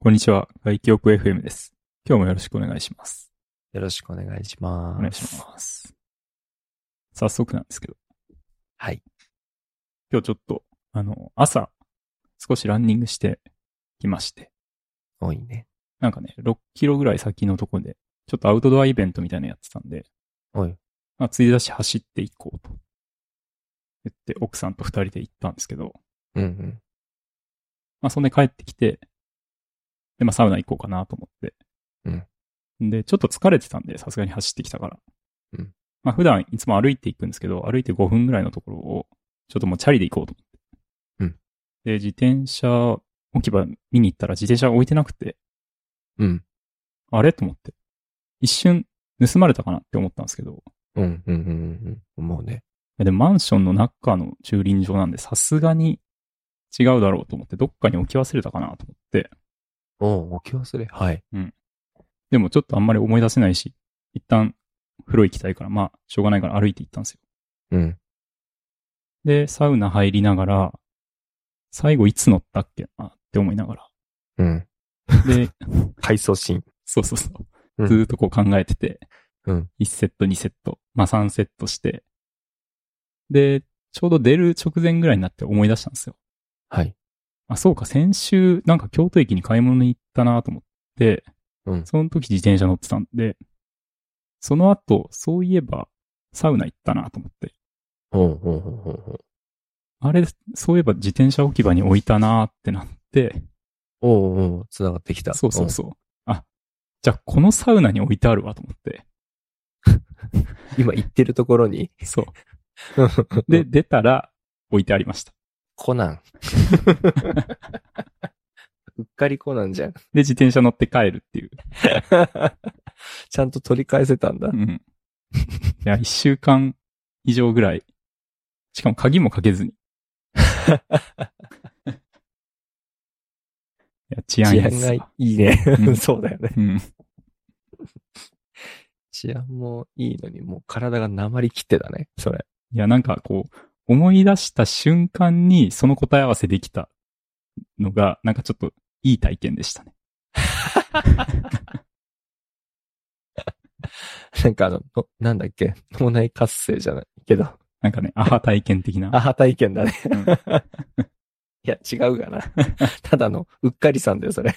こんにちは。外記憶 FM です。今日もよろしくお願いします。よろしくお願いしおます。願いします。早速なんですけど、はい。今日ちょっと、あの、朝、少しランニングしてきまして、多いね。なんかね、6キロぐらい先のとこで、ちょっとアウトドアイベントみたいなのやってたんで、おい。まあ、ついだし走っていこうと。言って、奥さんと二人で行ったんですけど、うんうん。まあ、そんで帰ってきて、で、まあ、サウナ行こうかなと思って。うん。で、ちょっと疲れてたんで、さすがに走ってきたから。うん。まあ、普段いつも歩いていくんですけど、歩いて5分ぐらいのところを、ちょっともうチャリで行こうと思って。うん。で、自転車置き場見に行ったら自転車置いてなくて、うん。あれと思って。一瞬、盗まれたかなって思ったんですけど、うんうんうんうんうん。もうね。いやでもマンションの中の駐輪場なんで、さすがに違うだろうと思って、どっかに置き忘れたかなと思って、おう、置き忘れ。はい。でもちょっとあんまり思い出せないし、一旦風呂行きたいから、まあ、しょうがないから歩いて行ったんですよ。うん。で、サウナ入りながら、最後いつ乗ったっけなって思いながら。うん。 で、回想シーン。そうそうそうう。んずーっとこう考えてて、うん1セット、2セット、まあ3セットして、で、ちょうど出る直前ぐらいになって思い出したんですよ。はい。あ、そうか、先週、なんか京都駅に買い物に行ったなと思って、うんその時自転車乗ってたんで、その後、そういえば、サウナ行ったなと思って、おうおうおうおうおう。あれ、そういえば自転車置き場に置いたなってなって、おうおう、繋がってきた。そうそうそう。あ、じゃあこのサウナに置いてあるわと思って、うん今行ってるところに。 そう。で、、出たら、置いてありました。コナ ン。うっかりコナン じゃん。で、自転車乗って帰るっていう。ちゃんと取り返せたんだう。ん。いや、一週間以上ぐらい。しかも鍵もかけずに。いや、治安いいっ治安すがわいいねう。ん そうだよね。うん。治安もいいのに、もう体が訛りきってたね。それ。いや、なんかこう、思い出した瞬間にその答え合わせできたのが、なんかちょっといい体験でしたね。 なんかあの、のなんだっけ脳内活性じゃないけど、なんかね、アハ体験的アな。ハ体験だね。 んいや、違う かな。ただの、うっかりさんだよ、それ。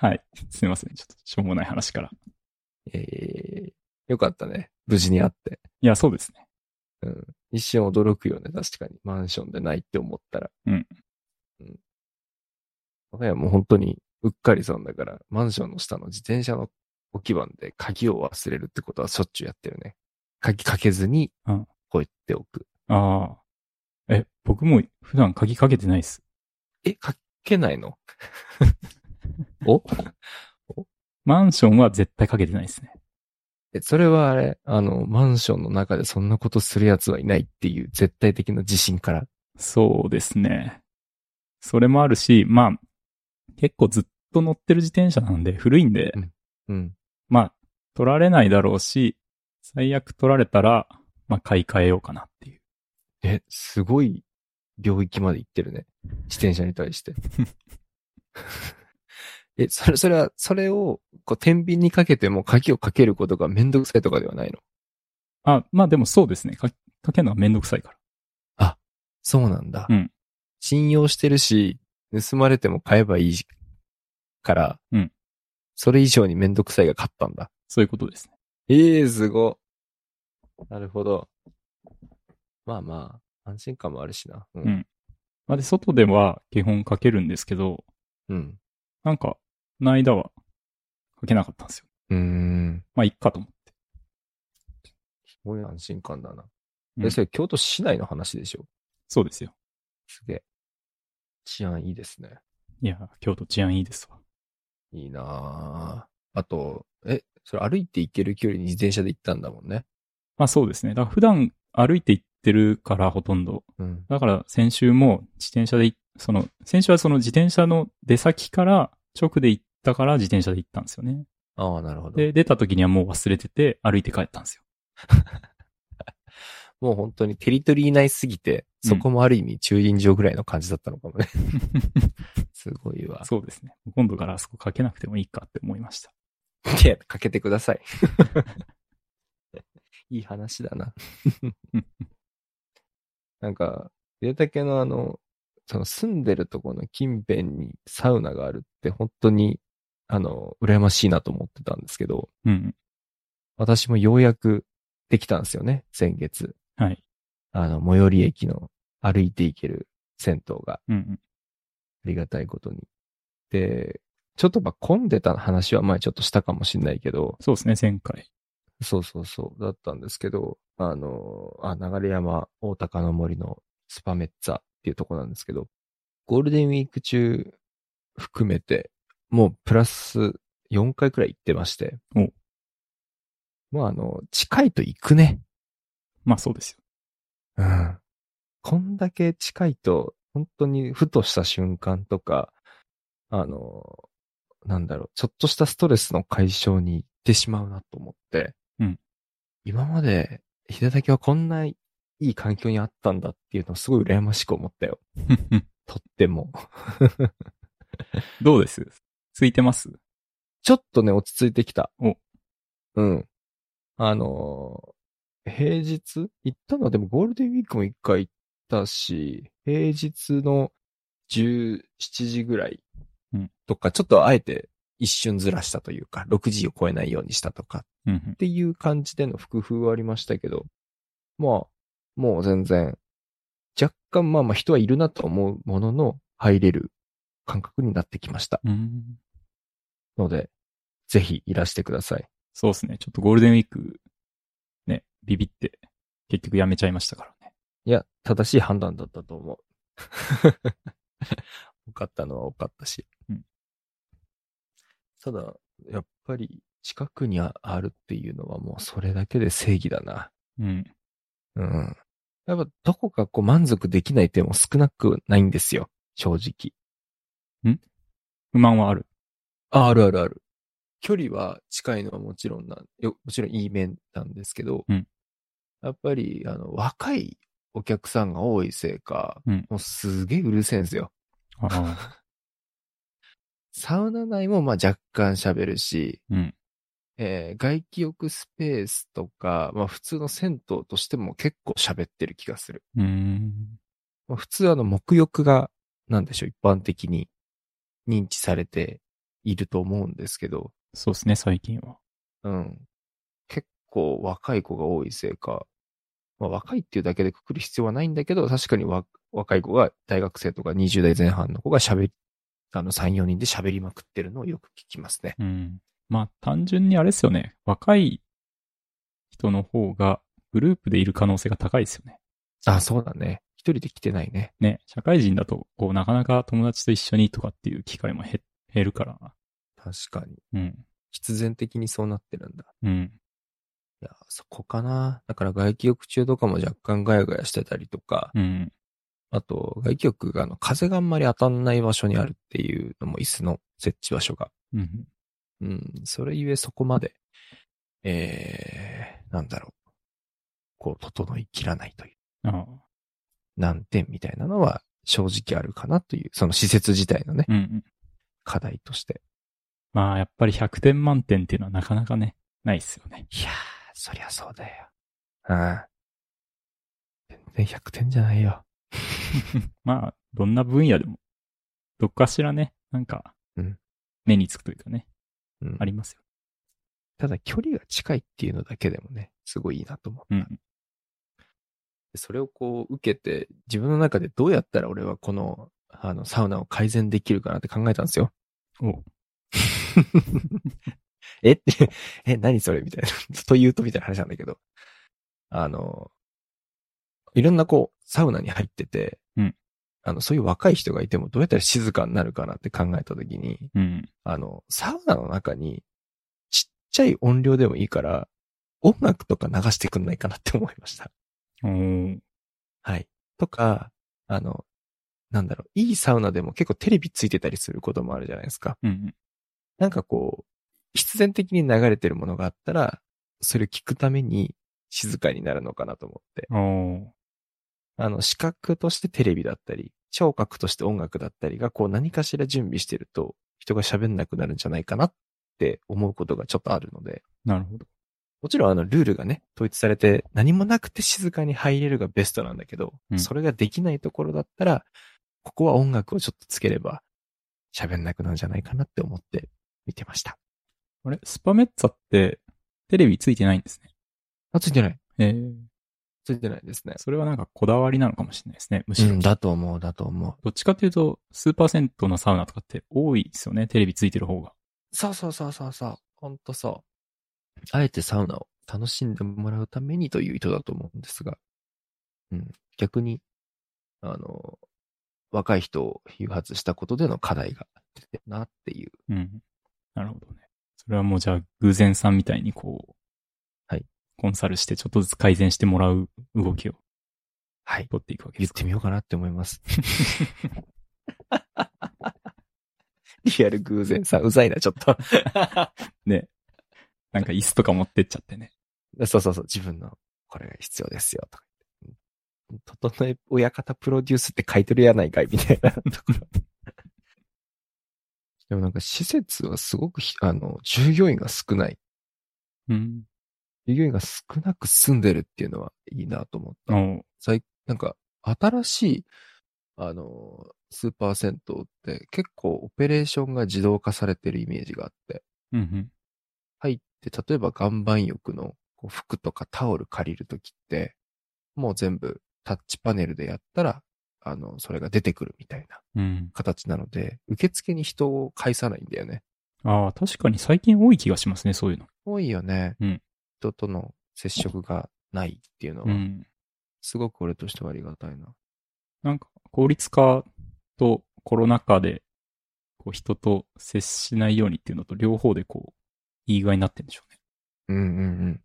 はい。すいません。ちょっとしょうもない話から。えー、よかったね。無事に会って。いや、そうですね。一瞬驚くよね、確かに。マンションでないって思ったら。うん。うん。我が家も本当に、うっかりさんだから、マンションの下の自転車の置き場で鍵を忘れるってことはしょっちゅうやってるね。鍵かけずにうん、こうやっておく。ああ。え、僕も普段鍵かけてないっす。え、かけないの おマンションは絶対かけてないですね。え、それはあれ、あの、マンションの中でそんなことする奴はいないっていう絶対的な自信から。そうですね。それもあるし、まあ、結構ずっと乗ってる自転車なんで、古いんで、うん。まあ、取られないだろうし、最悪取られたら、まあ、買い替えようかなっていう。え、すごい領域まで行ってるね。自転車に対して。 え、それ、それは、それを、こう、天秤にかけても鍵をかけることがめんどくさいとかではないのあ、まあでもそうですね。か、かけるのはめんどくさいから。そうなんだ。うん信用してるし、盗まれても買えばいいから、うんそれ以上にめんどくさいが勝ったんだ。そういうことですね。ええすご。なるほど。まあまあ、安心感もあるしな。う。うんんまあで、外では基本かけるんですけど、うん。なんか、この間は、かけなかったんですよ。うーん。まあ、いっかと思って。すごい安心感だな。うんえ、それ京都市内の話でしょそうですよ。すげえ。治安いいですね。いや、京都治安いいですわ。いいなああと、え、それ歩いて行ける距離に自転車で行ったんだもんね。まあそうですね。だから普段歩いて行ってるからほとんど。うん。だから先週も自転車でい、その、先週はその自転車の出先から直で行ったから自転車で行ったんですよね。ああ、なるほど。で、出た時にはもう忘れてて歩いて帰ったんですよ。もう本当にテ リトリー内すぎて、そこもある意味駐輪場ぐらいの感じだったのかもね。すは。そうですね。今度からあそこかけなくてもいいかって思いました。いや、かけてください。 いい話だな。なんか、出たけのあの、その住んでるとこの近辺にサウナがあるって本当に、あの、羨ましいなと思ってたんですけど、うん。私もようやくできたんですよね、先月。はい。あの、最寄り駅の歩いて行ける銭湯がうんうん。ありがたいことに。で、ちょっとまあ混んでた話は前ちょっとしたかもしんないけど、そうですね、前回。そうそうそう、だったんですけど、あの、あ、流山大高の森のスパメッツァっていうとこなんですけど、ゴールデンウィーク中含めて、もうプラス4回くらい行ってましてお、まああの、近いと行くね。まあそうですよ。うん。こんだけ近いと、本当にふとした瞬間とか、あの、なんだろう、ちょっとしたストレスの解消に行ってしまうなと思って、うん今まで、秀竹はこんないい環境にあったんだっていうのをすごい羨ましく思ったよ。とっても。どうですついてますちょっとね、落ち着いてきた。おうん。あのー平日行ったのはでもゴールデンウィークも一回行ったし、平日の17時ぐらいうんとか、ちょっとあえて一瞬ずらしたというか、6時を超えないようにしたとかうんうんっ。ていう感じでの工夫はありましたけど、まあ、もう全然、若干まあまあ人はいるなと思うものの、入れる感覚になってきました。うん。ので、ぜひいらしてください。そうですね。ちょっとゴールデンウィーク、ね、ビビって、結局やめちゃいましたからね。いや、正しい判断だったと思 う。多かったのは多かったし。うんただ、やっぱり近くにああるっていうのはもうそれだけで正義だな。うん。うん。やっぱどこかこう満足できない点も少なくないんですよ。正直。不満はある。あ、あるあるある。距離は近いのはもちろんなん、よもちろんいい面なんですけど、うんやっぱり、あの、若いお客さんが多いせいか、うんもうすげえうるせえんですよ。ああ。サウナ内もまあ若干喋るし、 うん。えー外気浴スペースとか、まあ普通の銭湯としても結構喋ってる気がする。うーん。まあ、普通あの、沐浴が、なんでしょう、一般的に認知されていると思うんですけど、そうですね、最近は。うん。結構若い子が多いせいか、まあ、若いっていうだけでくくる必要はないんだけど、確かにわ若い子が、大学生とか20代前半の子が喋り、あの、3、4人で喋りまくってるのをよく聞きますね。うん。まあ、単純にあれですよね。若い人の方が、グループでいる可能性が高いですよね。あ、そうだね。一人で来てないね。ね、社会人だと、こう、なかなか友達と一緒にとかっていう機会も減減るから。確かに。うん。必然的にそうなってるんだ。うん。いや、そこかな。だから外気浴中とかも若干ガヤガヤしてたりとか、うん。あと、外気浴があの風があんまり当たんない場所にあるっていうのも椅子の設置場所が。うん。うん、それゆえそこまで、えー、なんだろう。こう、整いきらないというああ。難点みたいなのは正直あるかなという、その施設自体のね、うんうん。課題として。まあ、やっぱり100点満点っていうのはなかなかね、ないっすよね。いやー、そりゃそうだよ。うん。全然100点じゃないよ。まあ、どんな分野でも、どっかしらね、なんかうん、目につくというかね、うんありますよ。ただ距離が近いっていうのだけでもね、すごいいいなと思った。うんそれをこう受けて、自分の中でどうやったら俺はこの、あの、サウナを改善できるかなって考えたんですよ。うん。おうえ って、え、何それみたいな。と言うとみたいな話なんだけど。あの、いろんなこう、サウナに入ってて、うんあの、そういう若い人がいてもどうやったら静かになるかなって考えたときに、うん。あの、サウナの中に、ちっちゃい音量でもいいから、音楽とか流してくんないかなって思いました。おーはい。とか、あの、なんだろう、いいサウナでも結構テレビついてたりすることもあるじゃないですか。うん。なんかこう、必然的に流れてるものがあったら、それを聞くために静かになるのかなと思って。おーあの、視覚としてテレビだったり、聴覚として音楽だったりが、こう何かしら準備してると、人が喋んなくなるんじゃないかなって思うことがちょっとあるので、なるほど。もちろんあのルールがね、統一されて何もなくて静かに入れるがベストなんだけど、うんそれができないところだったら、ここは音楽をちょっとつければ喋んなくなるんじゃないかなって思って見てました。あれ、スパメッツァってテレビついてないんですね。あ、ついてない。ええついてないですね。それはなんかこだわりなのかもしれないですね。むしろ。だと思う、だと思どっちかというと、スーパー銭湯のサウナとかって多いですよね。テレビついてる方が。う。そうそうそうそうそう。ほんとそう。あえてサウナを楽しんでもらうためにという意図だと思うんですが、うん。逆に、あの、若い人を誘発したことでの課題が出てるなっていう。うん。なるほどね。それはもうじゃあ、偶然さんみたいにこう、はい。コンサルしてちょっとずつ改善してもらう動きをはい。取っていくわけで言っすか。てみようかなって思います。 リアル偶然さ、うざいな、ちょっと。 なんか椅子とか持ってっちゃってね。そうそうそう、自分の、これが必要ですよ、とか言ってうん。整え、親方プロデュースって書いてるやないかい、みた いなところ。でもなんか施設はすごくひ、あの、従業員が少ない。うん。従業員が少なく住んでるっていうのはいいなと思った。おう最なんか、新しい、あの、スーパー銭湯って結構オペレーションが自動化されてるイメージがあって、うんうん。入って、例えば岩盤浴のこう服とかタオル借りるときって、もう全部タッチパネルでやったら、あの、それが出てくるみたいなうん。形なので、受付に人を介さないんだよね。ああ、確かに最近多い気がしますね、そういうの。多いよね。うん人との接触がないっていうのうは、ん。すごく俺としてはありがたいな。なんか、効率化とコロナ禍で、こう、人と接しないようにっていうのと、両方でこう、いい具合になってるんでしょうね。うんうんうん。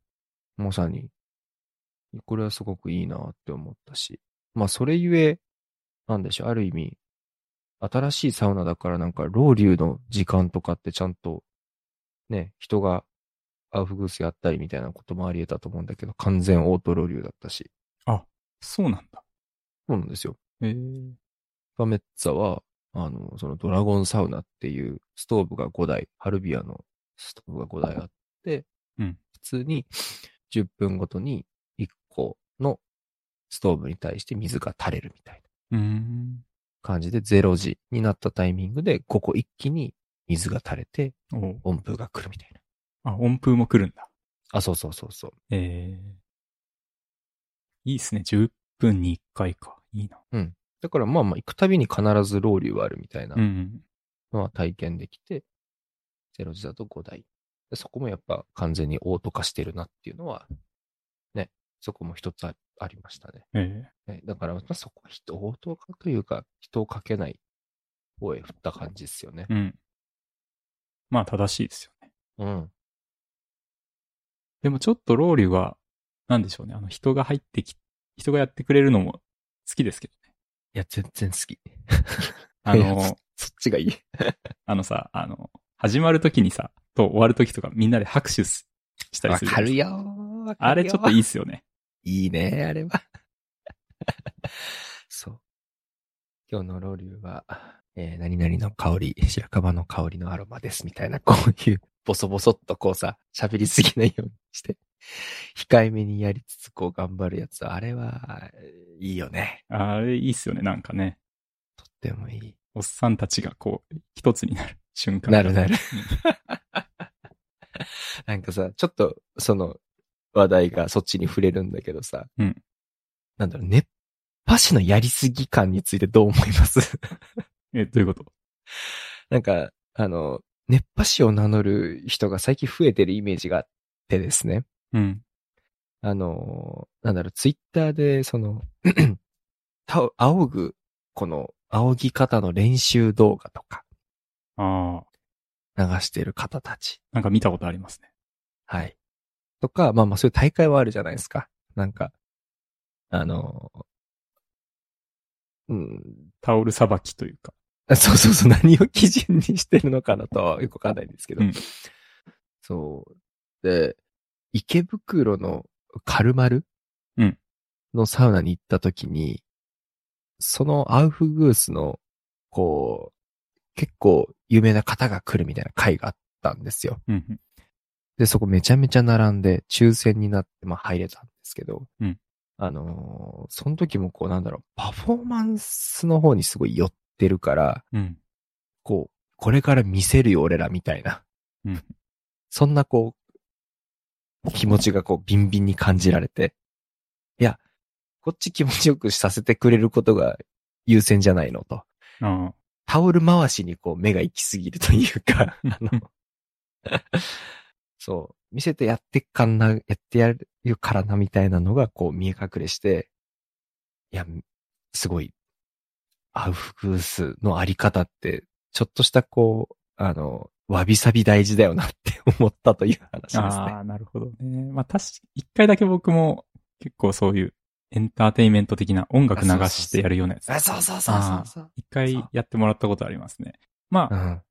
まさに。これはすごくいいなって思ったし。まあ、それゆえ、なんでしょう、ある意味、新しいサウナだからなんか、老流の時間とかってちゃんと、ね、人がアウフグースやったりみたいなこともあり得たと思うんだけど、完全オート老流だったし。そうなんだ。そうなんですよ。へえファメッツァは、あの、そのドラゴンサウナっていうストーブが5台、ハルビアのストーブが5台あって、うん普通に10分ごとに1個のストーブに対して水が垂れるみたいなうーん。感じで0時になったタイミングでここ一気に水が垂れておう温風が来るみたいな。あ、音符も来るんだ。あ、そうそうそうそう。ええいいっすね。10分に1回か。いいな。だからまあまあ行くたびに必ずロウリュはあるみたいなうん。のは体験できて、0時だと5台。でそこもやっぱ完全にオート化してるなっていうのは、ね、そこも一つあありましたね。ええねだから、まあ、そこは人、オート化というか、人をかけない方へ振った感じですよね。うん。まあ、正しいですよね。うん。でもちょっとロウリュは、なんでしょうね。あの、人が入ってき、人がやってくれるのも好きですけどね。いや、全然好き。あいやの、そっちがいい。 あのさ、あの、始まるときにさ、と終わるときとかみんなで拍手すしたりわする。かるよーわかるよーあれちょっといいっすよね。いいね、あれは。 そう。今日のロウリュは、えー何々の香り、白樺の香りのアロマです、みたいな、こういう、ボソボソっとこうさ、喋りすぎないようにして、控えめにやりつつ、こう頑張るやつ、あれは、いいよね。あれいいっすよね。なんかね。とってもいい。おっさんたちがこう、一つになる瞬間。なるなる。なんかさ、ちょっと、その、話題がそっちに触れるんだけどさ、うんなんだろう、熱波師のやりすぎ感についてどう思いますえ、どういうことなんか、あの、熱波師を名乗る人が最近増えてるイメージがあってですね。うん。あの、なんだろう、ツイッターで、その、 た仰ぐ、この、仰ぎ方の練習動画とかああ、流してる方たち。なんか見たことありますね。はい。とか、まあまあそういう大会はあるじゃないですか。なんか、あの、うん、タオルさばきというか。あ そうそうそう、何を基準にしてるのかなとはよくわかんないんですけど。うんそう。で、池袋のカルマルうんのサウナに行った時に、そのアウフグースの、こう、結構有名な方が来るみたいな会があったんですよ。うんうん。で、そこめちゃめちゃ並んで、抽選になって、まあ入れたんですけど、うんあのーその時もこうなんだろう、パフォーマンスの方にすごい寄ってるから、うん。こう、これから見せるよ俺らみたいな。うんそんなこう、気持ちがこうビンビンに感じられて、いや、こっち気持ちよくさせてくれることが優先じゃないのと。あタオル回しにこう目が行きすぎるとい うか、あの、そう、見せてやってっかんな、やってやるからなみたいなのがこう見え隠れして、いや、すごい、アウフグースのあり方って、ちょっとしたこう、あの、わびさび大事だよなって思ったという話あ。ですね。ああ、なるほどね。まあ、確か、一回だけ僕も結構そういうエンターテインメント的な音楽流してやるようなやつ。あそうそうそうそうそう。一回やってもらったことありますね。まうあ、ん。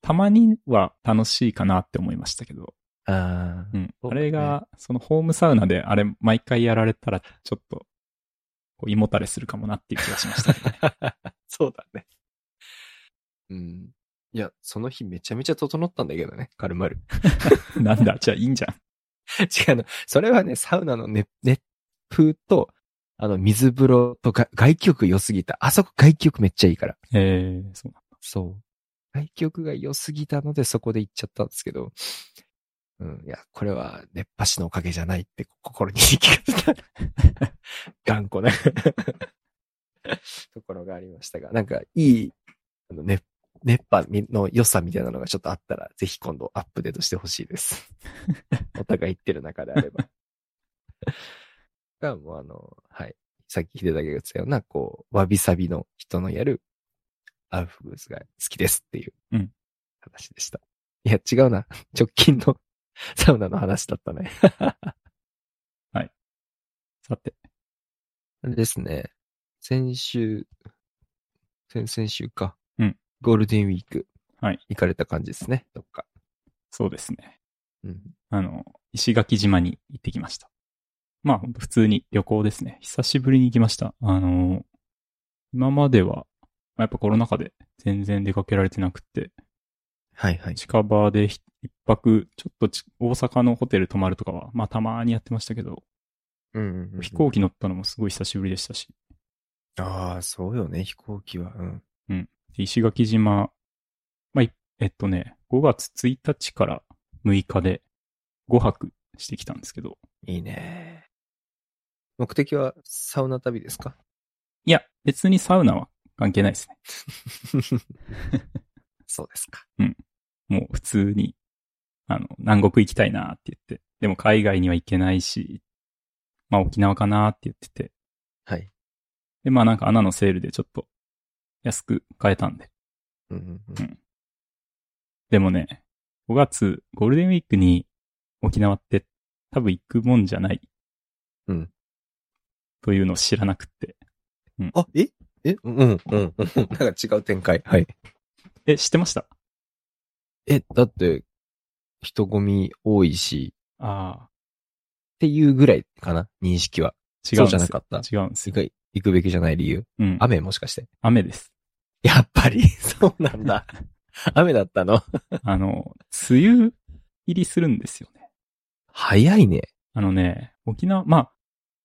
たまには楽しいかなって思いましたけど。あーうん。そうあだねれが、そのホームサウナであれ毎回やられたら、ちょっと、こう胃もたれするかもなっていう気がしま したね。そうだね。うん。いや、その日めちゃめちゃ整ったんだけどね、軽々。なんだ、じゃあいいんじゃん。 違うの。それはね、サウナの熱、熱風と、あの、水風呂とが外気浴良すぎた。あそこ外気浴めっちゃいいから。ええそうそう。外気浴が良すぎたので、そこで行っちゃったんですけど、うん、いや、これは熱波師のおかげじゃないって 心に言い聞かせた。頑固な ところがありましたが、なんかいい、あの熱、熱波の良さみたいなのがちょっとあったら、ぜひ今度アップデートしてほしいです。お互い言ってる中であれば。 が、もうあの、はい。さっき秀武が言ってたような、こう、わびさびの人のやるアウフグースが好きですっていううん話でした。いや、違うな。 直近のサウナの話だったね。さて、あれですね。先週、先々週か。うんゴールデンウィーク。はい行かれた感じですね。どっか。そうですね。うん。あの、石垣島に行ってきました。まあ、ほんと普通に旅行ですね。久しぶりに行きました。あの、今までは、まあやっぱコロナ禍で全然出かけられてなくて、はいはい。近場でひ一泊、ちょっとち大阪のホテル泊まるとかは、まあたまにやってましたけど、うんうんうん飛行機乗ったのもすごい久しぶりでしたし、ああ、そうよね。飛行機は。うん。で石垣島、まあ、いえっとね、5月1日から6日で5泊してきたんですけど、いいね。目的はサウナ旅です かいや、別にサウナは関係ないですね。そうですか。もう普通に、あの、南国行きたいなって言って、でも海外には行けないし、まあ沖縄かなって言ってて、はい。で、まあなんか穴のセールでちょっと安く買えたんで、うんうんうんでもね、5月、ゴールデンウィークに沖縄って多分行くもんじゃない。うん。というのを知らなくって。あ、ええうんうんうん。うんなんか違う展開。はい。え、知ってましたえ、だって、人混み多いし、ああ、っていうぐらいかな認識違は。うんですよ。そうじゃなかっ違たうんです行よ。く行くべきじゃない理由。うん。雨もしかして。雨です。やっぱり、 そうなんだ。雨だったのあの、梅雨入りするんですよね。早いね。あのね、沖縄、まあ、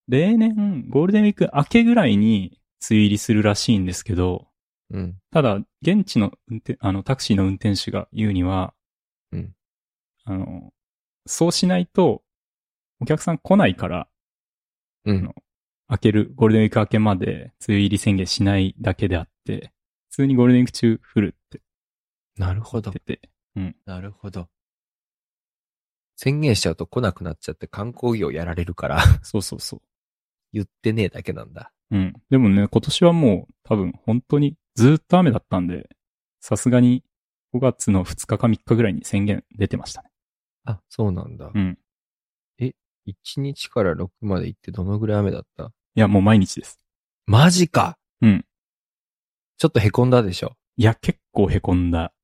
例年、ゴールデンウィーク明けぐらいに梅雨入りするらしいんですけど、うん。ただ、現地の運転、あの、タクシーの運転手が言うには、うんあの、そうしないと、お客さん来ないから、うん。明ける、ゴールデンウィーク明けまで、梅雨入り宣言しないだけであって、普通にゴールデンウィーク中降るってなるほ言どって。て、なるほど。宣言しちゃうと来なくなっちゃって観光業やられるから、 そうそうそ言ってねえだけなんだ。う。うん。でもね、今年はもう、多分、本当にずーっと雨だったんで、さすがに、5月の2日か3日ぐらいに宣言出てましたね。あ、そうなんだ。うん。 1日から6まで行ってどのぐらい雨だったいや、もう毎日です。マジかうん。ちょっと凹んだでしょいや、結構へこん だ。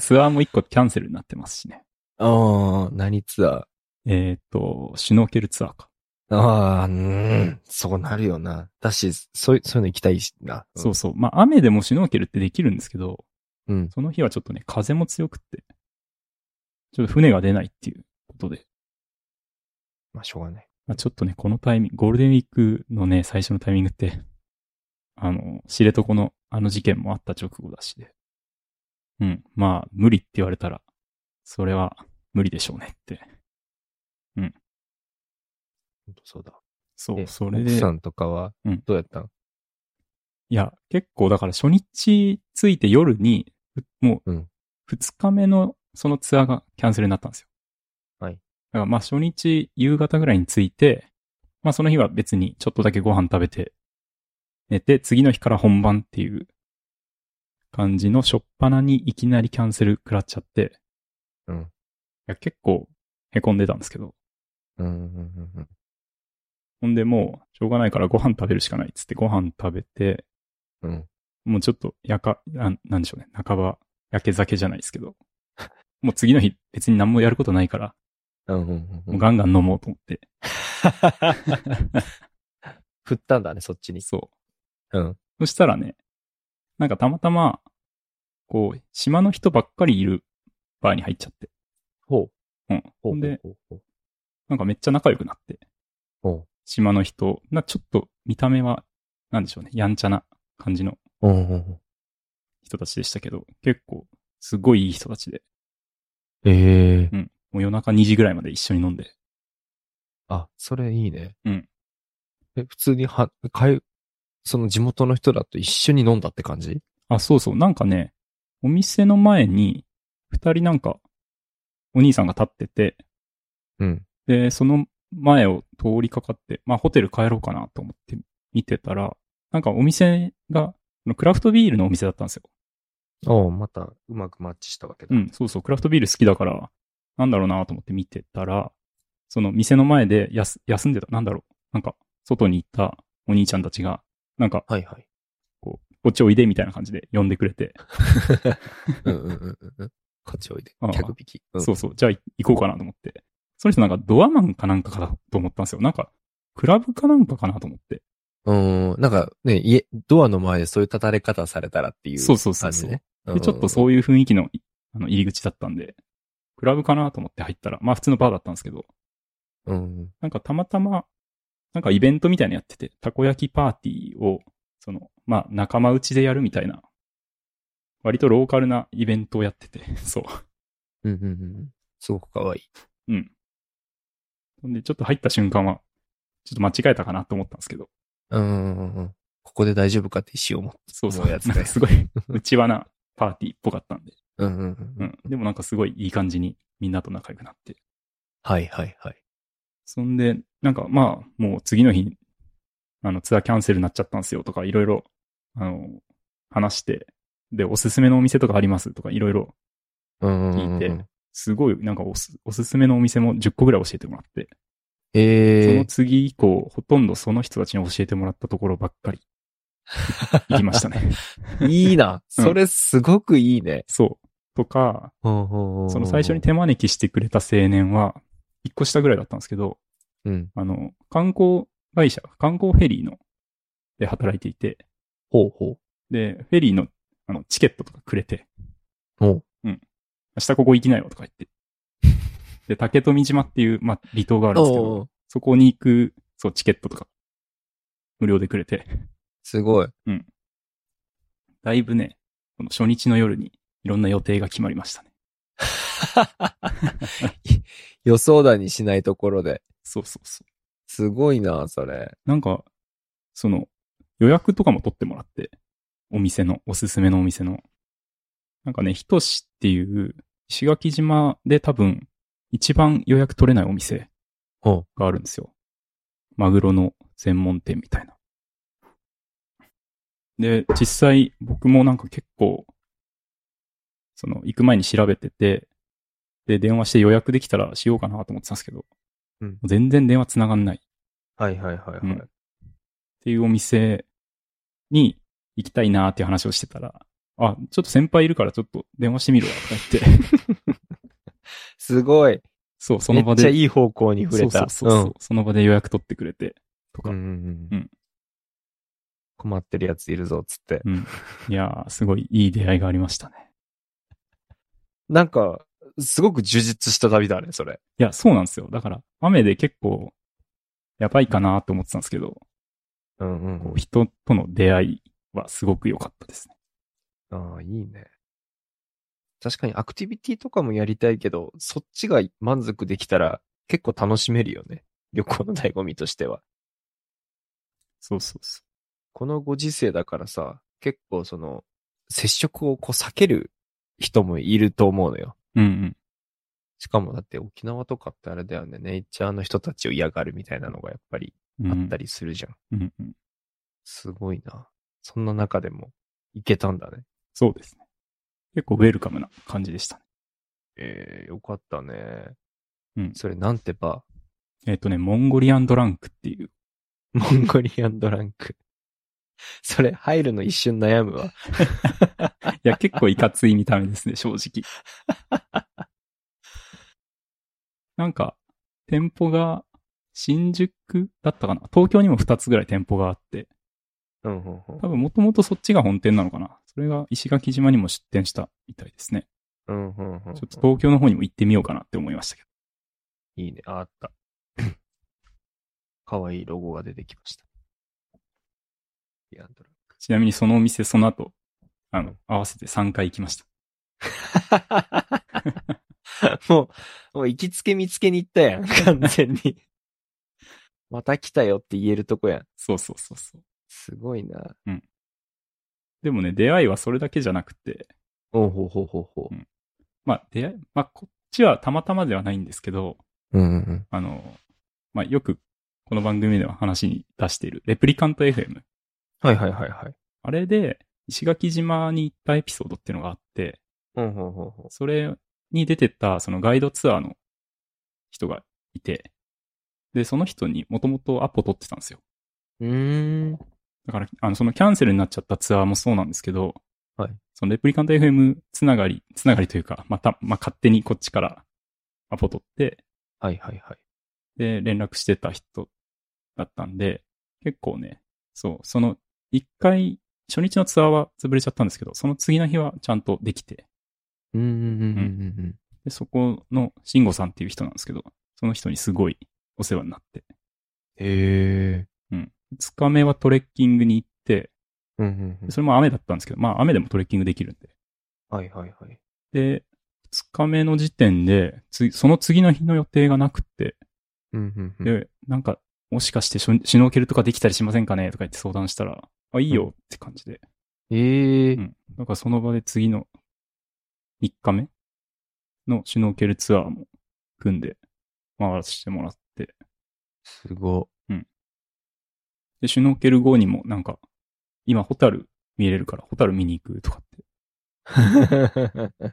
ツアーも一個キャンセルになってますしね。ああ、何ツアーえっ、と、シュノーケルツアーか。ああ、うん、そうなるよな。だし、そういう、そういうの行きたいしな。んそうそう。まあ、雨でもシュノーケルってできるんですけど、うん。その日はちょっとね、風も強くって、ちょっと船が出ないっていうことで、まあ、しょうがない。まあ、ちょっとね、このタイミング、ゴールデンウィークのね、最初のタイミングって、あの、知床のあの事件もあった直後だしで、うん、まあ、無理って言われたら、それは無理でしょうねって。ほんとそうだ。そえう、それで奥。さんとかはうん、どうやったん、いや、結構だから初日着いて夜に、ふもううん、二日目のそのツアーがキャンセルになったんですよ。はいだからまあ初日夕方ぐらいに着いて、まあその日は別にちょっとだけご飯食べて、寝て、次の日から本番っていう感じの初っ端にいきなりキャンセル食らっちゃって、うんいや、結構凹んでたんですけど、うん、うん、うんうん。ほんでもう、しょうがないからご飯食べるしかないっつってご飯食べて、うん。もうちょっと、やか、なんなんでしょうね。半ば、焼け酒じゃないですけど。もう次の日、別に何もやることないから、うん、うん、う。もうんガンガン飲もうと思って。 振ったんだね、そっちに。そう。うん。そしたらね、なんかたまたま、こう、島の人ばっかりいるバーに入っちゃって。ほう。うん。ほほう。んで、ほう、ほう。なんかめっちゃ仲良くなって、ほ島の人、な、ちょっと見た目は、なんでしょうね。やんちゃな感じのう。うん、うんうん。人たちでしたけど、結構、すごいいい人たちで、ええ。もう夜中2時ぐらいまで一緒に飲んで、あ、それいいね。うん。え、普通には、かい、その地元の人だと一緒に飲んだって感じあ、そうそう。なんかね、お店の前に、二人なんか、お兄さんが立ってて、うん。で、その前を通りかかって、まあホテル帰ろうかなと思って見てたら、なんかお店が、あのクラフトビールのお店だったんですよ。おう、またうまくマッチしたわけだ。うん、そうそう、クラフトビール好きだから、なんだろうなと思って見てたら、その店の前でやす休んでた、なんだろう、なんか、外に行ったお兄ちゃんたちが、なんか、はい はい。こっちおいでみたいな感じで呼んでくれて、うんうんうんうん。こっちおいでああ。客引き。うんそうそう。じゃあい行こうかなと思って。その人なんかドアマンかなんかかなと思ったんですよ。なんか、クラブかなんかかなと思って。うん。なんかね、家、ドアの前でそういう立たれ方されたらっていうそうそうそ感うそじう、ね。で、ちょっとそういう雰囲気のいあの入り口だったんで、クラブかなと思って入ったら、まあ普通のバーだったんですけど、うん。うん。なんかたまたま、なんかイベントみたいなのやってて、たこ焼きパーティーを、その、まあ仲間内でやるみたいな、割とローカルなイベントをやってて、 そう。うんうんうん。すごく可愛い。うん。ほんで、ちょっと入った瞬間は、ちょっと間違えたかなと思ったんですけど、うんうんうん。ここで大丈夫かって意思を持って。そうそ思う。うやつなんかねすごい、内輪なパーティーっぽかったんで。うんうんう。うんん。でもなんかすごいいい感じにみんなと仲良くなって。はいはいはい。そんで、なんかまあ、もう次の日、あの、ツアーキャンセルになっちゃったんですよとか、いろいろ、あの、話して、で、おすすめのお店とかありますとか、いろいろ、うんうんうんうん。聞いてすごい、なんかおすおすすめのお店も10個ぐらい教えてもらって、そえのえ。次以降、ほとんどその人たちに教えてもらったところばっかり、行きました ね。 いいな。それすごくいいね。そう。とか、そその最初に手招きしてくれた青年は、1個下ぐらいだったんですけど、うん。あの、観光会社、観光フェリーの、で働いていて、ほうほで、フェリーの、あの、チケットとかくれて、う。ほ明日ここ行きなよとか言っ て。で、竹富島っていう、まあ、離島があう。るんですけど、おうそこに行く、そう、チケットとか、無料でくれて、すごい。だいぶね、この初日の夜に、いろんな予定が決まりましたね。予想だにしないところで。そうそうそう。すごいな、それ。なんか、その、予約とかも取ってもらって、お店の、おすすめのお店の。なんかね、ひとしっていう、石垣島で多分、一番予約取れないお店ほがあるんですよ。マグロの専門店みたいな。で、実際僕もなんか結構、その、行く前に調べてて、で、電話して予約できたらしようかなと思ってたんですけど、うん全然電話繋がんない。はいはいはいはい。うんっていうお店に行きたいなーっていう話をしてたら、あ、 ちょっと先輩いるからちょっと電話してみるわとか言って、すごい。そう、その場で。めっちゃいい方向に触れた。そうそうそうそう、その場で予約取ってくれて、とうか。んううん。んううんん。困ってるやついるぞ、つって。いやー、すごいいい出会いがありましたね。なんか、すごく充実した旅だね、それ。いや、そうなんですよ。だから、雨で結構、やばいかなと思ってたんですけど、うんうこう人との出会いはすごく良かったですね。ああ、いいね。確かにアクティビティとかもやりたいけど、そっちが満足できたら結構楽しめるよね。旅行の醍醐味としては。そうそうそこのご時世だからさ、結構その、接触をこう避ける人もいると思うのよ。う。うんうん。しかもだって沖縄とかってあれだよね、ネイチャーの人たちを嫌がるみたいなのがやっぱりうんあったりするじゃん。うんうん。すごいな。そんな中でも行けたんだね。そうですね。結構ウェルカムな感じでしたね。ええよかったね。うんそれなんてば、えっ、とね、モンゴリアンドランクっていう。モンゴリアンドランク。それ入るの一瞬悩むわ。いや、結構いかつい見た目ですね、正直。なんか、店舗が、新宿だったかな東京にも2つぐらい店舗があって、うんうんうん多分もともとそっちが本店なのかなそれが石垣島にも出店したみたいですね。うんうんうんうんちょっと東京の方にも行ってみようかなって思いましたけど。いいね。ああった。かわいいロゴが出てきました。リアンドランちなみにそのお店、その後、あの、合わせて3回行きました。 ク。もう、もう行きつけ見つけに行ったや ん。完全に。また来たよって言えるとこやん。そうそうそうそう。すごいな。でもね、出会いはそれだけじゃなくて、おうほうほうほうほまあ、出会い、まあ、こっちはたまたまではないんですけど、う。うんうんあの、まあ、よくこの番組では話に出しているレプリカント FM。はいはいはいはい。あれで石垣島に行ったエピソードっていうのがあって、うんほうほうほそれに出てたそのガイドツアーの人がいて、で、その人にもともとアポ取ってたんですよ。う。うーん。だから、あの、そのキャンセルになっちゃったツアーもそうなんですけど、はいそのレプリカント FM つながり、つながりというか、また、まあ、勝手にこっちからアポ取って、はいはいはい。で、連絡してた人だったんで、結構ね、そう、その、一回、初日のツアーは潰れちゃったんですけど、その次の日はちゃんとできて、うんうんうんうんうん。で、そこの、慎吾さんっていう人なんですけど、その人にすごいお世話になって、へえ。うん。二日目はトレッキングに行って、うんうんうんでそれも雨だったんですけど、まあ雨でもトレッキングできるんで。はいはいはい。で、二日目の時点で、つその次の日の予定がなくって、うんうんうん。で、なんか、もしかしてシュシュノーケルとかできたりしませんかねとか言って相談したら、あ、いいよって感じで。ええう。ん。なんかその場で次の3日目のシュノーケルツアーも組んで回らせてもらって、すご。で、シュノーケル後にもなんか、今ホタル見れるからホタル見に行くとかって。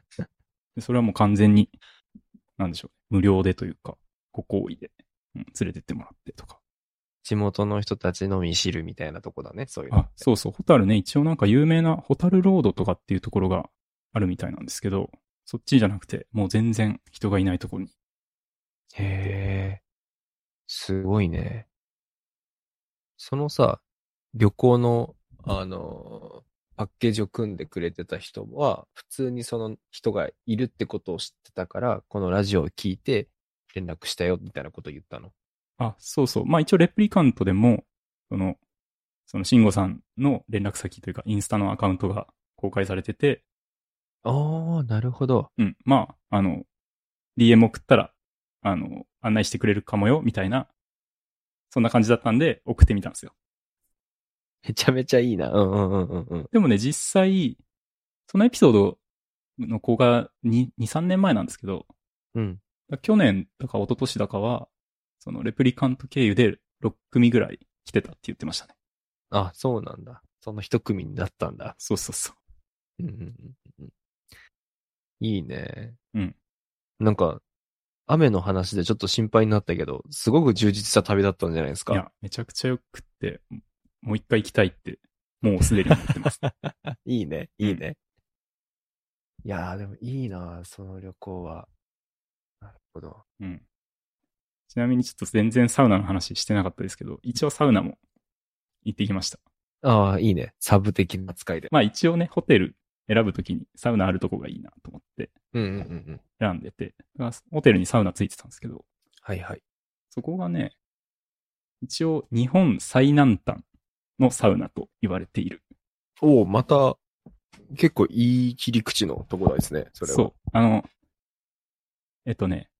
でそれはもう完全に、なんでしょう、無料でというか、ご好意で、うん、連れてってもらってとか。 地元の人たちのみ知るみたいなとこだね、そういうのあっ、て。そうそう、ホタルね、一応なんか有名なホタルロードとかっていうところがあるみたいなんですけど、そっちじゃなくて、もう全然人がいないところに。へえ。すごいね。そのさ、旅行の、あの、パッケージを組んでくれてた人は、普通にその人がいるってことを知ってたから、このラジオを聞いて連絡したよ、みたいなこと言ったの。あ、そうそう。まあ一応レプリカントでも、その、その慎吾さんの連絡先というか、インスタのアカウントが公開されてて、ああ、なるほど。うん、まあ、あの、DM 送ったら、あの、案内してくれるかもよ、みたいな、そんな感じだったんで、送ってみたんですよ。めちゃめちゃいいな。うんうんうんうんうん。でもね、実際、そのエピソードの子が2、2 3年前なんですけど、うん。去年だか一昨年だかは、そのレプリカント経由で6組ぐらい来てたって言ってましたね。あ、そうなんだ。その一組になったんだ。そうそうそう。うんうんうんうんいいね。うん。なんか、雨の話でちょっと心配になったけど、すごく充実した旅だったんじゃないですいか。や、めちゃくちゃよくって、もう一回行きたいって、もうすでに思って ます。いいね、いいね。いやー、でもいいな、その旅行は。なるほど。うん。ちなみにちょっと全然サウナの話してなかったですけど、一応サウナも行ってきました。ああ、いいね。サブ的な扱いで。まあ一応ね、ホテル選ぶときにサウナあるとこがいいなと思ってうんうんうんうん。選んでて、だからホテルにサウナついてたんですけど、はいはい。そこがね、一応日本最南端のサウナと言われている。おお、また、結構いい切り口のところですね、それは。そう。あの、えっとね、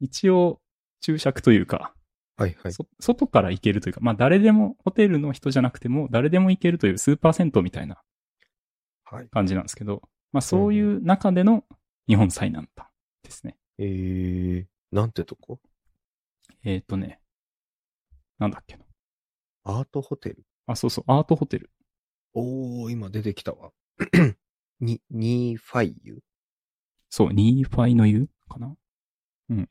一応注釈というか、はいはい。そ外から行けるというか、まあ誰でも、ホテルの人じゃなくても誰でも行けるというスーパー銭湯みたいなはい。感じなんですけど、まあそういう中での日本最南端ですね。えー、なんてとこえっ、とね、なんだっけな。アートホテル。あ、そうそう、アートホテル。おー、今出てきたわ。 に、にファイユそう、ニーファイの湯かなうん。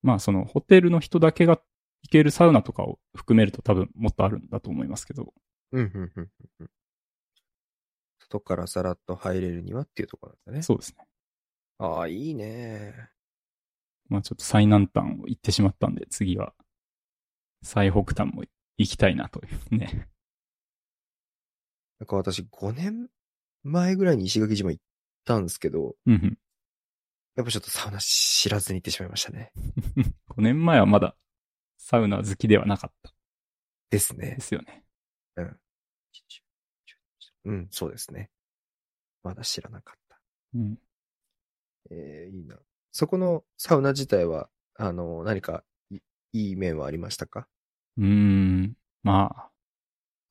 まあそのホテルの人だけが行けるサウナとかを含めると多分もっとあるんだと思いますけど、うん、うん、うん、うん。外からさらっと入れるにはっていうところなんだね。そうですね。ああ、いいね。まあちょっと最南端を行ってしまったんで、次は最北端も行きたいなというね。なんか私5年前ぐらいに石垣島行ったんですけど、うんうん。やっぱちょっとサウナ知らずに行ってしまいましたね。 5年前はまだサウナ好きではなかったですねで。すよね。うん、そうですね。まだ知らなかった。うん。えー、いいな。そこのサウナ自体は、あの、何かいいい面はありましたかうーん。まあ、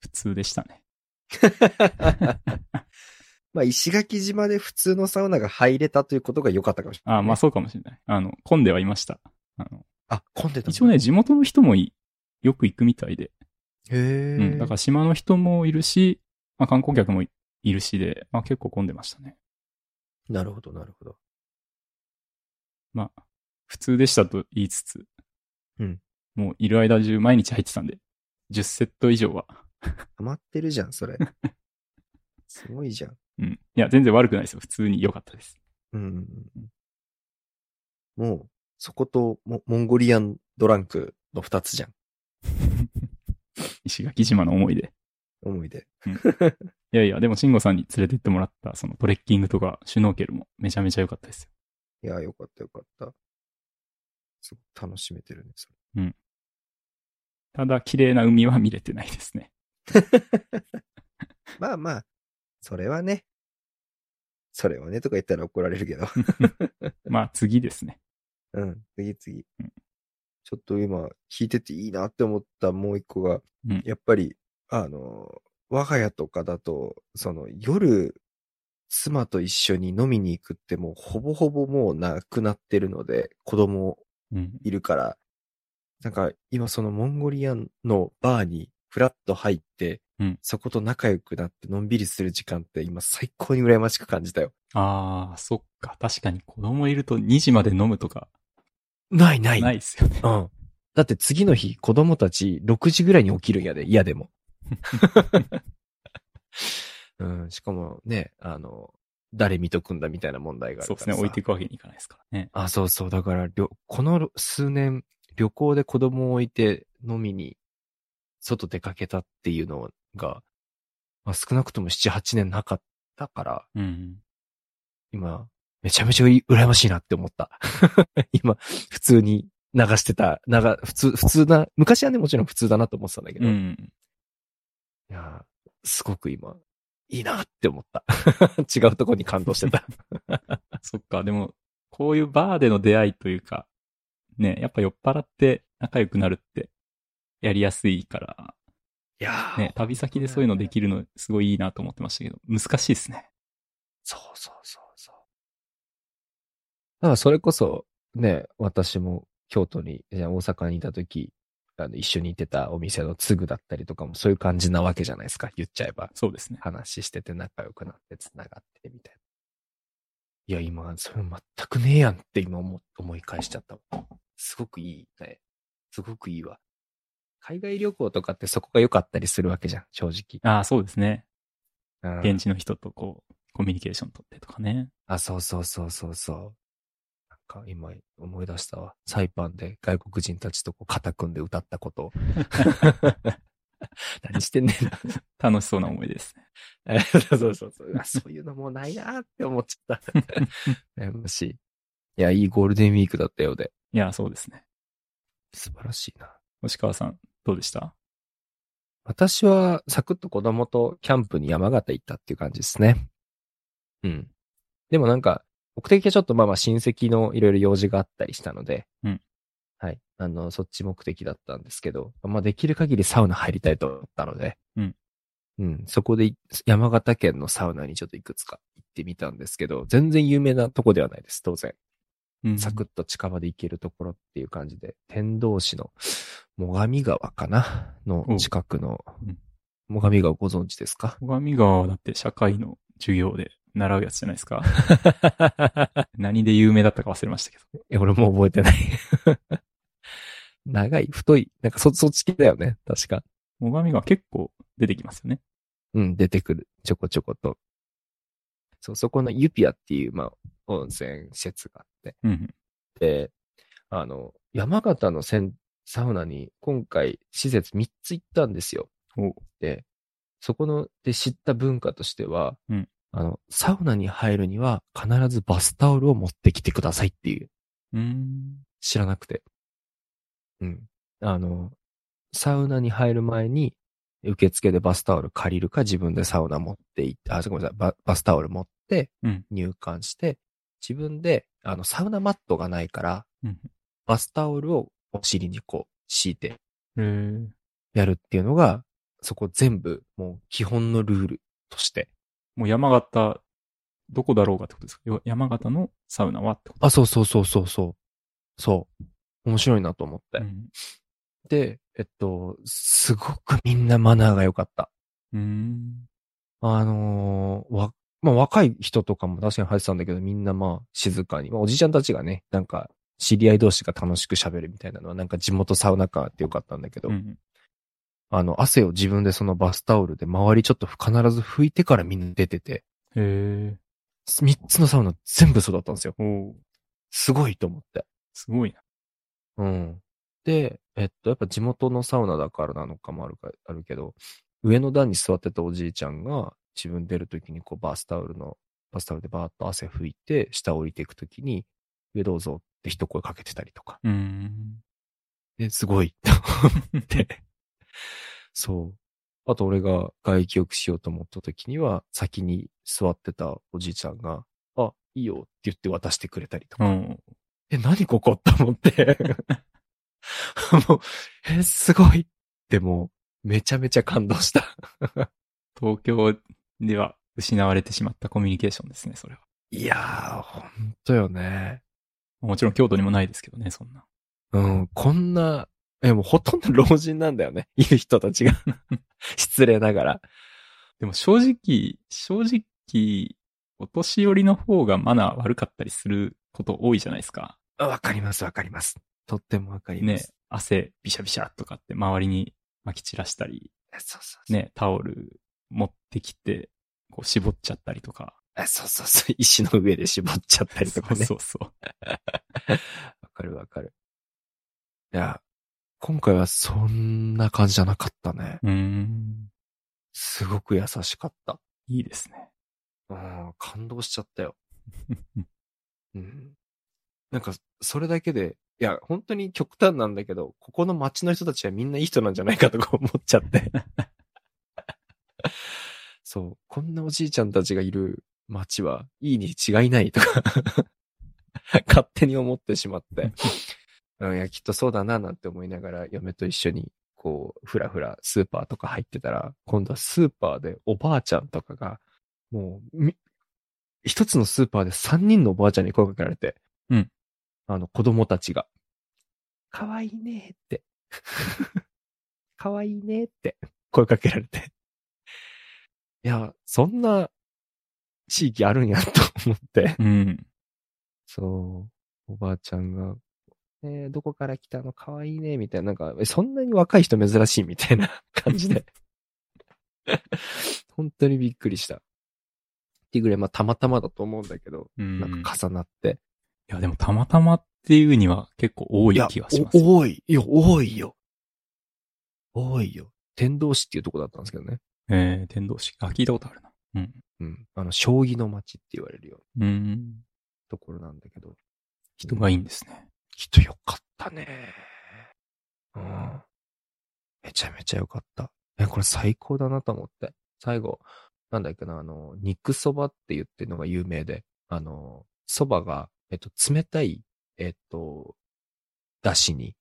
普通でしたね。 まあ、石垣島で普通のサウナが入れたということが良かったかもしれない、あまあそうかもしれない。あの、混んではいました。あの、あ、混んでた。一応ね、。地元の人もいよく行くみたいで。へえ、うん。だから島の人もいるし、まあ観光客もいいるしで、まあ結構混んでましたね。なるほど、なるほど。まあ、普通でしたと言いつつ、うん。もういる間中毎日入ってたんで、10セット以上は。ハマってるじゃん、それ。すごいじゃん。うん。いや、全然悪くないですよ。普通に良かったです。うん。もう、そことモモンゴリアンドランクの二つじゃん。石垣島の思い出。思い出。いやいや、でも、慎吾さんに連れて行ってもらった、そのトレッキングとか、シュノーケルもめちゃめちゃ良かったですよ。いや、よかったよかった。すごく楽しめてるね、それ。ただ、綺麗な海は見れてないです ね。まあまあ、それはね。それはね、とか言ったら怒られるけど。まあ、次ですね。うん、次次うん。ちょっと今、聞いてていいなって思ったもう一個が、うんやっぱり、あの、我が家とかだと、その、夜、妻と一緒に飲みに行くってもうほぼほぼもうなくなってるので、子供うん。いるから、なんか今そのモンゴリアンのバーにフラッと入って、うんそこと仲良くなってのんびりする時間って今最高に羨ましく感じたよ。あー、そっか。確かに子供いると2時まで飲むとか、ないない。ないですよね。うん。だって次の日、子供たち6時ぐらいに起きるんやで、嫌で も。うん、しかもね、あの、誰見とくんだみたいな問題があそるうかですね。らさ置いていくわけにいかないですからね。あ、そうそう。だから、旅この数年、旅行で子供を置いて飲みに、外出かけたっていうのが、まあ、少なくとも7、8年なかったから、うん。今、めちゃめちゃい羨ましいなって思った。 今、普通に流してた、流、普通、普通な、昔はね、もちろん普通だなと思ってたんだけど、ういん。やー、すごく今、いいなって思った。 違うとこに感 動してた。そっか。でも、こういうバーでの出会いというか、ね、やっぱ酔っ払って仲良くなるって、やりやすいから、いやー、ね、旅先でそういうのできるの、すごいいいなと思ってましたけど、難しいですね。そうそうそうそう。だからそれこそ、ね、私も京都に、いや大阪にいた時、あの、一緒に行ってたお店のつぐだったりとかもそういう感じなわけじゃないですか、言っちゃえば。そうですね。話してて仲良くなって繋がってみたいな。いや、今、それ全くねえやんって今思思い返しちゃったもん。すごくいいね。すごくいいわ。海外旅行とかってそこが良かったりするわけじゃん、正直。ああ、そうですね。うん 現地の人とこう、コミュニケーション取ってとかね。あ、そうそうそうそうそう。なんか、今思い出したわ。サイパンで外国人たちとこう肩組んで歌ったこと。何してんねんな。楽しそうな思い出ですね。え そうそうそうそう。うわそういうのもうないなーって思っちゃった。羨ましい。いや、いいゴールデンウィークだったようで。いや、そうですね。素晴らしいな。星川さん、どうでした私はサクッと子供とキャンプに山形行ったっていう感じですね。うん。でもなんか、僕的にはちょっとまあまあ親戚のいろいろ用事があったりしたので、うん。はい。あの、そっち目的だったんですけど、まあできる限りサウナ入りたいと思ったので、うん。うん。そこでい山形県のサウナにちょっといくつか行ってみたんですけど、全然有名なとこではないです、当然。うんサクッと近場で行けるところっていう感じで、天童市の最上川かなの近くのうん、最上川ご存知ですか小上川はだって社会の授業で習うやつじゃないです か。何で有名だったか忘れましたけど。え、俺もう覚えてない。 長い、太い、なんかそ、そっち系だよね、確か。小上川結構出てきますよね。うん、出てくる。ちょこちょこと。そう、そこのユピアっていう、まあ、温泉施設があって、うんうん。で、あの、山形のせんサウナに今回施設3つ行ったんですよ。おで、そこので知った文化としては、うんあの、サウナに入るには必ずバスタオルを持ってきてくださいっていう、うーん。知らなくて。うん。あの、サウナに入る前に、受付でバスタオル借りるか自分でサウナ持って行って、あ、ごめんなさい、ババスタオル持ってうん、入館して、自分で、あの、サウナマットがないから、うんバスタオルをお尻にこう、敷いてえー、やるっていうのが、そこ全部、もう基本のルールとして。もう山形、どこだろうがってことですかよ山形のサウナはってことあ、そうそうそうそうそう。そう。面白いなと思って。うんで、えっと、すごくみんなマナーが良かった。うーん。あのーわ、まあ若い人とかも確かに入ってたんだけど、みんなまあ静かに、まあおじちゃんたちがね、なんか知り合い同士が楽しく喋るみたいなのは、なんか地元サウナ感あって良かったんだけど、うんうん。あの、汗を自分でそのバスタオルで周りちょっと必ず拭いてからみんな出てて、へえ三つのサウナ全部そうだったんですよ。ー。おーすごいと思って。すごいな。うん。で、えっと、やっぱ地元のサウナだからなのかもあるか、あるけど、上の段に座ってたおじいちゃんが、自分出るときにこうバスタオルの、バスタオルでバーッと汗拭いて、下降りていくときに、上どうぞって一声かけてたりとか。うーん。え、すごい。で、そう。あと俺が外気浴しようと思った時には、先に座ってたおじいちゃんが、あ、いいよって言って渡してくれたりとかう。ん。え、何ここって思って。 もう、え、すごいでもう、めちゃめちゃ感動した。東京では失われてしまったコミュニケーションですね、それは。 いやー、ほんとよね。もちろん京都にもないですけどね、そんな。うん、こんな、え、もうほとんど老人なんだよね。い る人たちが。失礼ながら。でも正直、正直、お年寄りの方がマナー悪かったりすること多いじゃないですか。あわかります、わかります。とってもわかりまねす。、汗ビシャビシャとかって周りに撒き散らしたり、ね。そうそうそう。ね、タオル持ってきて、こう絞っちゃったりとか。あそうそうそう。石の上で絞っちゃったりとかね。そうそうそう。わかるわかる。いや、今回はそんな感じじゃなかったね。うーん、すごく優しかった。いいですね。うん、感動しちゃったよ。うん。なんか、それだけで、いや、本当に極端なんだけど、ここの街の人たちはみんないい人なんじゃないかとか思っちゃって。そう、こんなおじいちゃんたちがいる街はいいに違いないとか、 勝手に思ってしまって。うん、いや、きっとそうだななんて思いながら、嫁と一緒に、こう、ふらふらスーパーとか入ってたら、今度はスーパーでおばあちゃんとかが、もう、み一つのスーパーで三人のおばあちゃんに声かけられて、うん。あの、子供たちが、 かわいいね って、かわいいねって声かけられて、いや、そんな地域あるんやと思って、うん。そう、おばあちゃんが、えーどこから来たのかわいいね、みたいな、なんか、えそんなに若い人珍しいみたいな 感 じで。本当にびっくりした。っていうぐらい、まあ、たまたまだと思うんだけど、うなんんか重なって、いや、でもたまたまっていうには結構多い気がします。お多い。いや、多いよ。多いよ。天童市っていうとこだったんですけどね。えー、天童市。あ、聞いたことあるな。うん。うん。あの、将棋の街って言われるようなうーん。ところなんだけど。人がいいんですね。人よかったね。うん。めちゃめちゃよかった。え、これ最高だなと思って。最後、なんだっけな、あの、肉そばって言ってるのが有名で、あの、そばが、えっと、冷たい、えっと、だしに、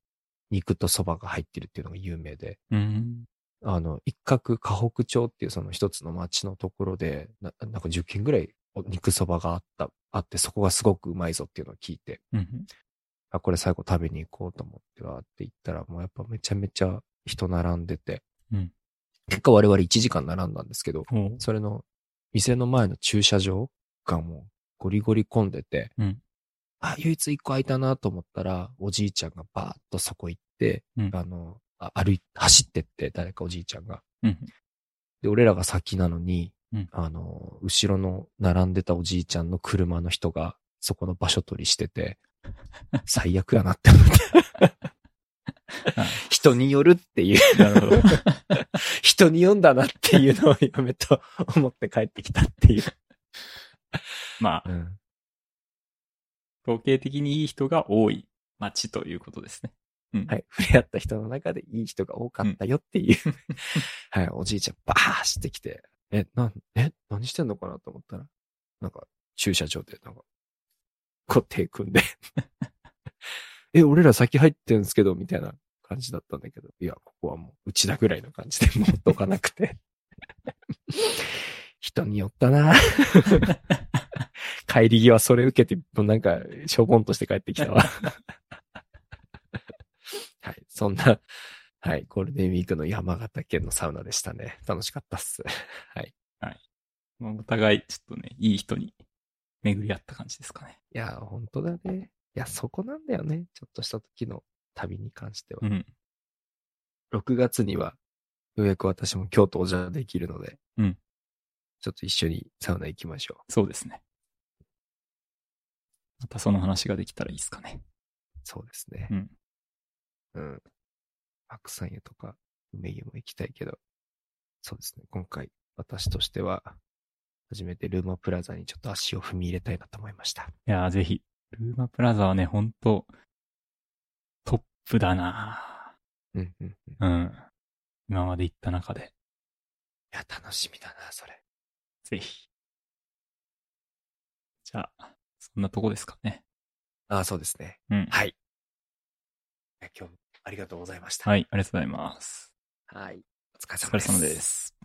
肉とそばが入ってるっていうのが有名で、うーん。あの、一角河北町っていうその一つの町のところで、ななんか10軒ぐらいお肉そばがあった、あって、そこがすごくうまいぞっていうのを聞いて、うん。あ、これ最後食べに行こうと思ってわーって行ったら、もうやっぱめちゃめちゃ人並んでて、うん結果我々1時間並んだんですけど、おうそれの店の前の駐車場がもうゴリゴリ混んでて、うんあ、唯一一個空いたなと思ったら、おじいちゃんがバーッとそこ行って、うんあの、あ歩い、走ってって、誰かおじいちゃんが。うん。で、俺らが先なのに、うんあの、後ろの並んでたおじいちゃんの車の人が、そこの場所取りして て、最悪やなって思って。 人によるっていう、なるほど。人によんだなっていうのをやめと思って帰ってきたっていう。まあ、統計的にいい人が多い街ということですね。うん。はい。 触れ合った人の中でいい人が多かったよって いう。 はい。おじいちゃんバーッしてきて、え、なん、え、何してんのかなと思ったら、なんか、駐車場で、なんか、こう手組ん で、え、俺ら先入ってんすけど、みたいな感じだったんだけど、いや、ここはもう、うちだぐらいの感じで、もうどかなくて。 人によっ たな帰り際それ受けて、もうなんか、しょぼんとして帰ってきたわ。はい。そんな、 はい。ゴールデンウィークの山形県のサウナでしたね。楽しかったっす。まあお互い、ちょっとね、いい人に巡り合った感じですかね。いや、本当だね。いや、そこなんだよね。ちょっとした時の旅に関しては。うん。 6月には、ようやく私も京都お邪魔できるので、うんちょっと一緒にサウナ行きましょう。そうですね。またその話ができたらいいですかね。そうですね。うん。うん。白山湯とか、梅湯も行きたいけど、そうですね。今回、私としては、初めてルーマプラザにちょっと足を踏み入れたいなと思いました。いやー、ぜひ。ルーマプラザはね、ほんと、トップだなうんうんうん。いぁうん。今まで行った中で、や、楽しみだな、それ。ぜひ。じゃあ、そんなとこですかね。ああ、そうですね。うん。はい。今日もありがとうございました。はい、ありがとうございます。はい。お疲れお疲れ様です。様です。